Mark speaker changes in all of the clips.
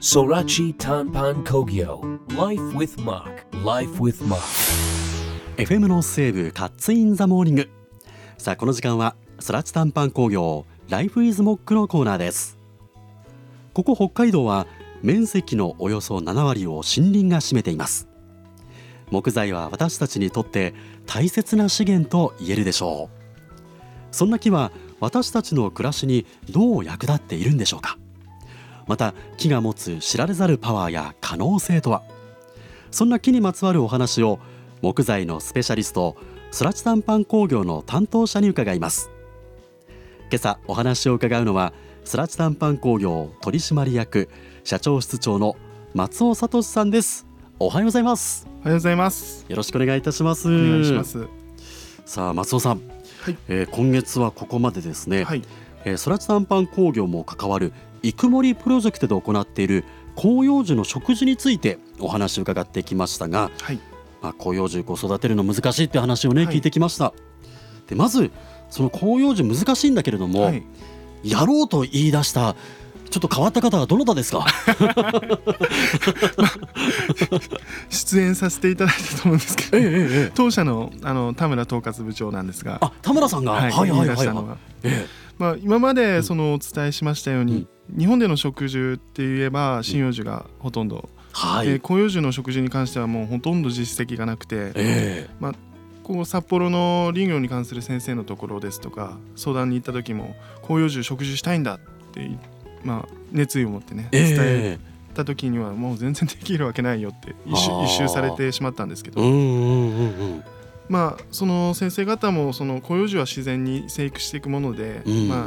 Speaker 1: Sorachi Tanpan Kogyo Life with Mark Life with Mark
Speaker 2: FM の西部カッツインザモーニングさあこの時間はそらち短パン工業ライフイズモックのコーナーですここ北海道は面積のおよそ7割を森林が占めています木材は私たちにとって大切な資源と言えるでしょうそんな木は私たちの暮らしにどう役立っているんでしょうかまた木が持つ知られざるパワーや可能性とはそんな木にまつわるお話を木材のスペシャリストそらち短パン工業の担当者に伺います今朝お話を伺うのはそらち短パン工業取締役社長室長の松尾聡さんですおはようございます
Speaker 3: おはようございます。
Speaker 2: よろしくお願いいたします
Speaker 3: お願いします。は
Speaker 2: さあ松尾さん、
Speaker 3: い。
Speaker 2: えー今月はここまでですね、
Speaker 3: はい。
Speaker 2: えー、そらち短パン工業も関わる育森プロジェクトで行っている広葉樹の食事についてお話を伺ってきましたが、
Speaker 3: はい。
Speaker 2: まあ、広葉樹こう育てるの難しいって話をね、
Speaker 3: はい
Speaker 2: 聞いてきましたでまずその広葉樹難しいんだけれども、
Speaker 3: はい。
Speaker 2: やろうと言い出したちょっと変わった方はどなたですか
Speaker 3: 出演させていただいたと思うんですけど、
Speaker 2: ええ
Speaker 3: 当社のあの田村統括部長なんですが、
Speaker 2: あ田村さんが、はい、はい
Speaker 3: 言
Speaker 2: はいい
Speaker 3: 出
Speaker 2: は
Speaker 3: し
Speaker 2: い
Speaker 3: たのが、
Speaker 2: え
Speaker 3: まあ今までそのお伝えしましたように、日本での食樹って言えば針葉樹がほとんど、
Speaker 2: えはい、
Speaker 3: で広葉樹の食樹に関してはもうほとんど実績がなくて、
Speaker 2: ええ
Speaker 3: こう札幌の林業に関する先生のところですとか相談に行った時も広葉樹食樹したいんだってまあ熱意を持ってね伝え
Speaker 2: え
Speaker 3: った時にはもう全然できるわけないよって一
Speaker 2: あ
Speaker 3: 周
Speaker 2: ー
Speaker 3: 一周されてしまったんですけ
Speaker 2: う
Speaker 3: ど、
Speaker 2: んうんうんうん
Speaker 3: まあその先生方もその広葉樹は自然に生育していくもので、
Speaker 2: うんうん、
Speaker 3: まあ、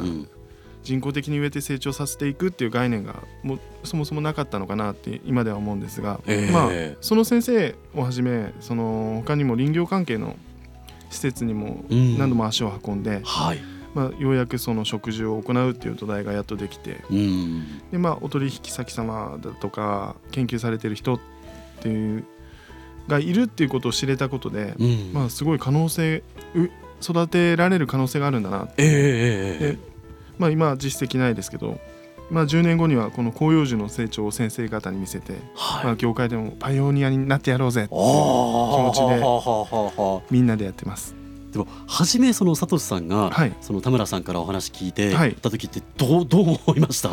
Speaker 3: 人工的に植えて成長させていくっていう概念がもうそもそもなかったのかなって今では思うんですが、
Speaker 2: ええ
Speaker 3: まあその先生をはじめその他にも林業関係の施設にも
Speaker 2: うん
Speaker 3: 何度も足を運んで、
Speaker 2: はい、
Speaker 3: まあ、ようやくその植樹を行うっていう土台がやっとできて、
Speaker 2: うん、
Speaker 3: でまあお取引先様だとか研究されてる人っていうがいるっていうことを知れたことで、
Speaker 2: うん、
Speaker 3: まあすごい可能性う育てられる可能性があるんだな、
Speaker 2: ええええええ
Speaker 3: でまあ、今は実績ないですけど、まあ、10年後にはこの広葉樹の成長を先生方に見せて、
Speaker 2: はい、
Speaker 3: まあ、業界でもパイオニアになってやろうぜって
Speaker 2: あー
Speaker 3: いう持ちで
Speaker 2: はあはあはあはあ
Speaker 3: みんなでやってます。
Speaker 2: でも初めそのサトシさんが、
Speaker 3: はい
Speaker 2: その田村さんからお話聞いて
Speaker 3: はい
Speaker 2: た時ってどう どう思いました？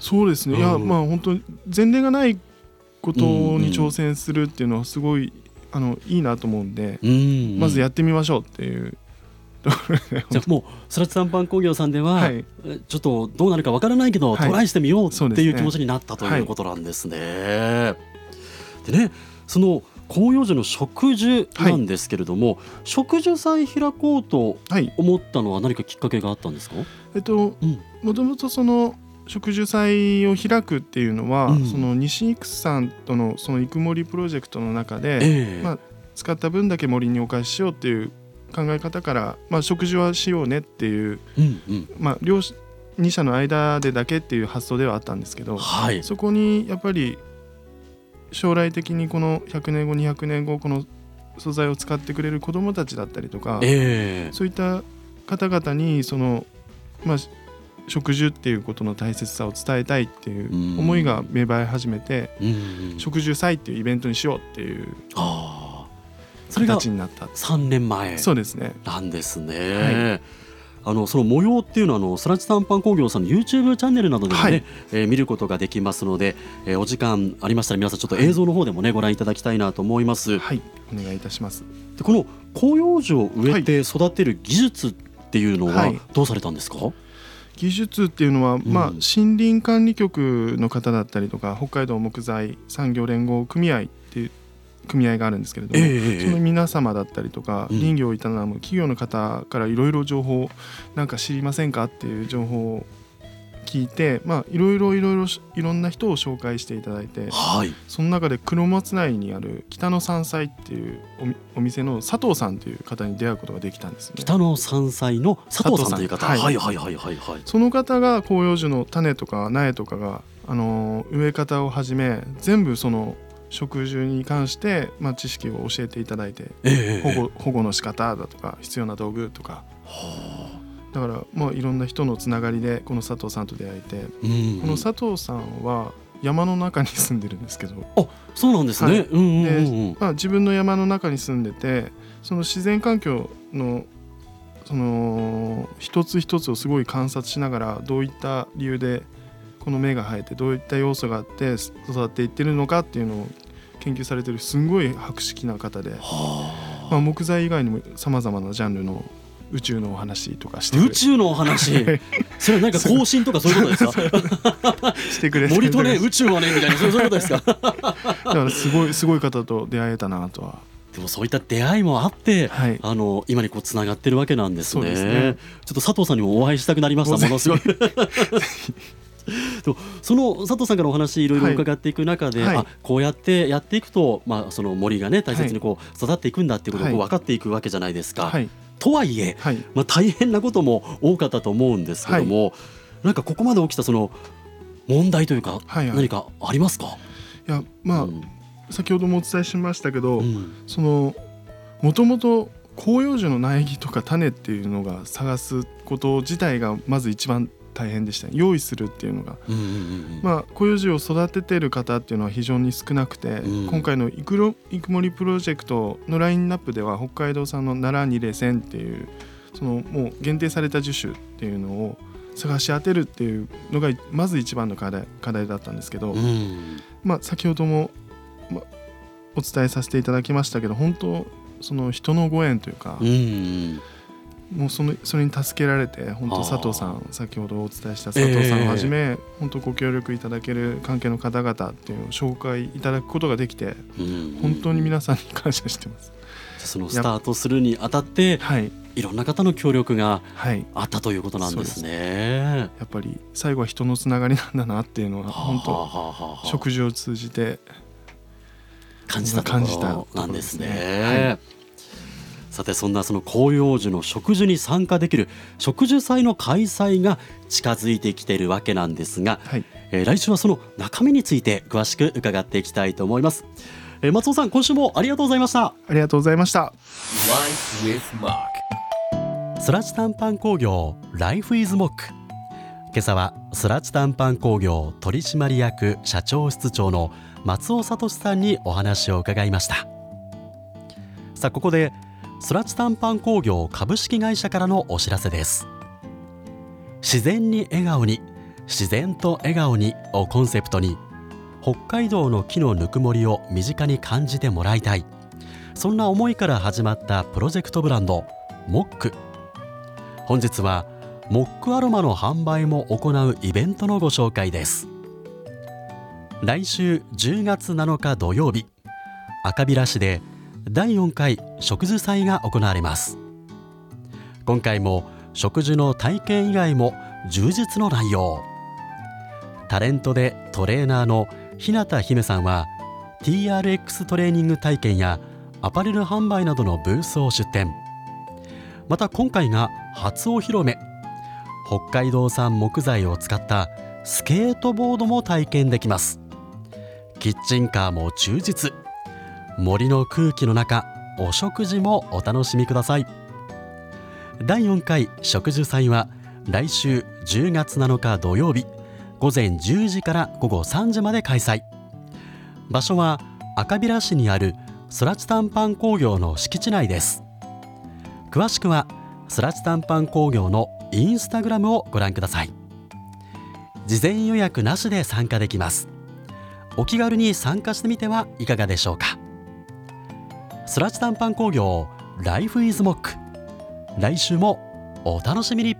Speaker 3: そうですね、いや
Speaker 2: うん
Speaker 3: まあ本当に前例がないこと
Speaker 2: うんうん
Speaker 3: に挑戦するっていうのはすごいあのいいなと思うんで、
Speaker 2: うん
Speaker 3: まずやってみましょうっていう ところで
Speaker 2: じゃあもうスラッツンパン工業さんでは、
Speaker 3: はい
Speaker 2: えちょっとどうなるかわからないけど、
Speaker 3: はい
Speaker 2: トライしてみよう
Speaker 3: そう
Speaker 2: って
Speaker 3: です
Speaker 2: いう
Speaker 3: ね
Speaker 2: 気持ちになったと
Speaker 3: はいいう
Speaker 2: ことなんですね。でねその広葉樹の植樹なんですけれども、植樹祭開こうと
Speaker 3: はい
Speaker 2: 思ったのは何かきっかけがあったんですか？
Speaker 3: えっと
Speaker 2: うん、
Speaker 3: もともとその植樹祭を開くっていうのは、
Speaker 2: うん
Speaker 3: その西育さんとのその育森プロジェクトの中で
Speaker 2: ええ
Speaker 3: まあ使った分だけ森にお返ししようっていう考え方から、まあ、植樹はしようねっていう、
Speaker 2: うんうん
Speaker 3: まあ、両2社の間でだけっていう発想ではあったんですけど
Speaker 2: はい
Speaker 3: そこにやっぱり将来的にこの100年後200年後この素材を使ってくれる子どもたちだったりとか、
Speaker 2: ええ
Speaker 3: そういった方々にその、まあ、し植樹っていうことの大切さを伝えたいっていう
Speaker 2: うん
Speaker 3: 思いが芽生え始めて、
Speaker 2: うんうん
Speaker 3: 植樹祭っていうイベントにしようっていう
Speaker 2: ああそれが
Speaker 3: 形になった
Speaker 2: 三年前
Speaker 3: そうですね
Speaker 2: なんです
Speaker 3: は
Speaker 2: ね。あのその模様っていうのはあのスラチ短パン工業さんの YouTube チャンネルなどでもね、
Speaker 3: はい
Speaker 2: えー見ることができますので、えーお時間ありましたら皆さんちょっと映像の方でもねご覧いただきたいなと思います。で
Speaker 3: はいお願いいたします
Speaker 2: この広葉樹を植えて育てる技術っていうのは
Speaker 3: はい
Speaker 2: どうされたんですか？
Speaker 3: 技術っていうのは、まあ、
Speaker 2: うん
Speaker 3: 森林管理局の方だったりとか北海道木材産業連合組合っていう組合があるんですけれども、その
Speaker 2: え
Speaker 3: 皆様だったりとか、
Speaker 2: うん
Speaker 3: 林業を営む企業の方からいろいろ情報なんか知りませんかっていう情報を聞いてまあいろいろいろいろしいろんな人を紹介していただいて
Speaker 2: はい
Speaker 3: その中で黒松内にある北の山菜っていうおみお店の佐藤さんという方に出会うことができたんですね。
Speaker 2: 北の山菜の佐藤さんという方、
Speaker 3: 佐藤さん
Speaker 2: は、
Speaker 3: はいい
Speaker 2: はいはいはいはい。
Speaker 3: その方が広葉樹の種とか苗とかが、あのー植え方をはじめ全部その植樹に関して、まあ、知識を教えていただいて
Speaker 2: ええ
Speaker 3: 保護保護の仕方だとか必要な道具とか
Speaker 2: は
Speaker 3: だからまあいろんな人のつながりでこの佐藤さんと出会えて
Speaker 2: あうん
Speaker 3: この佐藤さんは山の中に住んでるんですけど、
Speaker 2: そうなんですね。
Speaker 3: はい
Speaker 2: うんうんうんうん。
Speaker 3: まあ、自分の山の中に住んでてその自然環境のその一つ一つをすごい観察しながらどういった理由でこの芽が生えてどういった要素があって育っていってるのかっていうのを研究されてるすんごい博識な方で、
Speaker 2: は
Speaker 3: まあ、木材以外にもさまざまなジャンルの宇宙のお話とかし
Speaker 2: あ。
Speaker 3: てく
Speaker 2: 宇
Speaker 3: れ
Speaker 2: 宙のお話。それはなんか更新とかそういうことです か。
Speaker 3: して くれて
Speaker 2: 森とね、
Speaker 3: だ
Speaker 2: 宇宙はねみたいな、そうそういうことですか。
Speaker 3: からすごいすごい方と出会えたなとは。
Speaker 2: でもそういった出会いもあって、
Speaker 3: はい
Speaker 2: あの今にこうつながってるわけなんですね。
Speaker 3: そうですね
Speaker 2: ちょっと佐藤さんにもお会いしたくなりました。
Speaker 3: もうぜ
Speaker 2: も
Speaker 3: ひ
Speaker 2: のすごい。 でもその佐藤さんからお話いろいろ
Speaker 3: はい
Speaker 2: 伺っていく中で、
Speaker 3: はい
Speaker 2: あこうやってやっていくと、まあ、その森がね大切にこう育っていくんだっていうことをこう
Speaker 3: はい
Speaker 2: 分かっていくわけじゃないですか。
Speaker 3: はい、
Speaker 2: とはいえ、
Speaker 3: はい
Speaker 2: まあ、大変なことも多かったと思うんですけども、なんかここまで起きたその問題というか、
Speaker 3: はいはい
Speaker 2: 何かありますか、
Speaker 3: いやまあ、
Speaker 2: うん
Speaker 3: 先ほどもお伝えしましたけど、
Speaker 2: うん
Speaker 3: そのもともと広葉樹の苗木とか種っていうのが探すこと自体がまず一番大変でしたね用意するっていうのが、
Speaker 2: うんうんうんうん
Speaker 3: まあ、広葉樹を育ててる方っていうのは非常に少なくて、
Speaker 2: うん
Speaker 3: 今回のイクロ「イクモリプロジェクト」のラインナップでは北海道産の奈良2 0 0っていうそのもう限定された樹種っていうのを探し当てるっていうのがまず一番の課題課題だったんですけど、
Speaker 2: うん
Speaker 3: まあ、先ほども、まあ、お伝えさせていただきましたけど本当その人のご縁というか
Speaker 2: う、ん
Speaker 3: もうそのそれに助けられて本
Speaker 2: あ
Speaker 3: 当
Speaker 2: ー
Speaker 3: 佐藤さん先ほどお伝えした佐藤さんをはじめ、本当ご協力いただける関係の方々っていうのを紹介いただくことができて
Speaker 2: うん
Speaker 3: 本当に皆さんに感謝してます。
Speaker 2: そのスタートするにあたって
Speaker 3: はい、
Speaker 2: いろんな方の協力が
Speaker 3: はい
Speaker 2: あったということなんですね。
Speaker 3: やっぱり最後は人のつながりなんだなっていうのは本
Speaker 2: はあ
Speaker 3: 当
Speaker 2: はあはあはあ
Speaker 3: 食事を通じて
Speaker 2: 感じたと
Speaker 3: 感じた
Speaker 2: ころなんですね。
Speaker 3: ところですねは
Speaker 2: さてそんなその広葉樹の植樹に参加できる植樹祭の開催が近づいてきているわけなんですが、
Speaker 3: はい
Speaker 2: えー来週はその中身について詳しく伺っていきたいと思います、えー松尾さん今週もありがとうございました
Speaker 3: ありがとうございました。
Speaker 1: Life with Mark.
Speaker 2: スラチタンパン工業 Life is Mock 今朝はスラチタンパン工業取締役社長室長の松尾聡さんにお話を伺いましたさあここでスラチタンパン工業株式会社からのお知らせです自然に笑顔に自然と笑顔にをコンセプトに北海道の木のぬくもりを身近に感じてもらいたいそんな思いから始まったプロジェクトブランドモック本日はモックアロマの販売も行うイベントのご紹介です来週10月7日土曜日赤平市で第4回植樹祭が行われます今回も植樹の体験以外も充実の内容タレントでトレーナーの日向姫さんは TRX トレーニング体験やアパレル販売などのブースを出展また今回が初お披露目北海道産木材を使ったスケートボードも体験できますキッチンカーも充実森の空気の中お食事もお楽しみください第4回植樹祭は来週10月7日土曜日午前10時から午後3時まで開催場所は赤平市にあるそらちたんパン工業の敷地内です詳しくはそらちたんパン工業のインスタグラムをご覧ください事前予約なしで参加できますお気軽に参加してみてはいかがでしょうかそらちたんパン工業 Life is Mock 来週もお楽しみに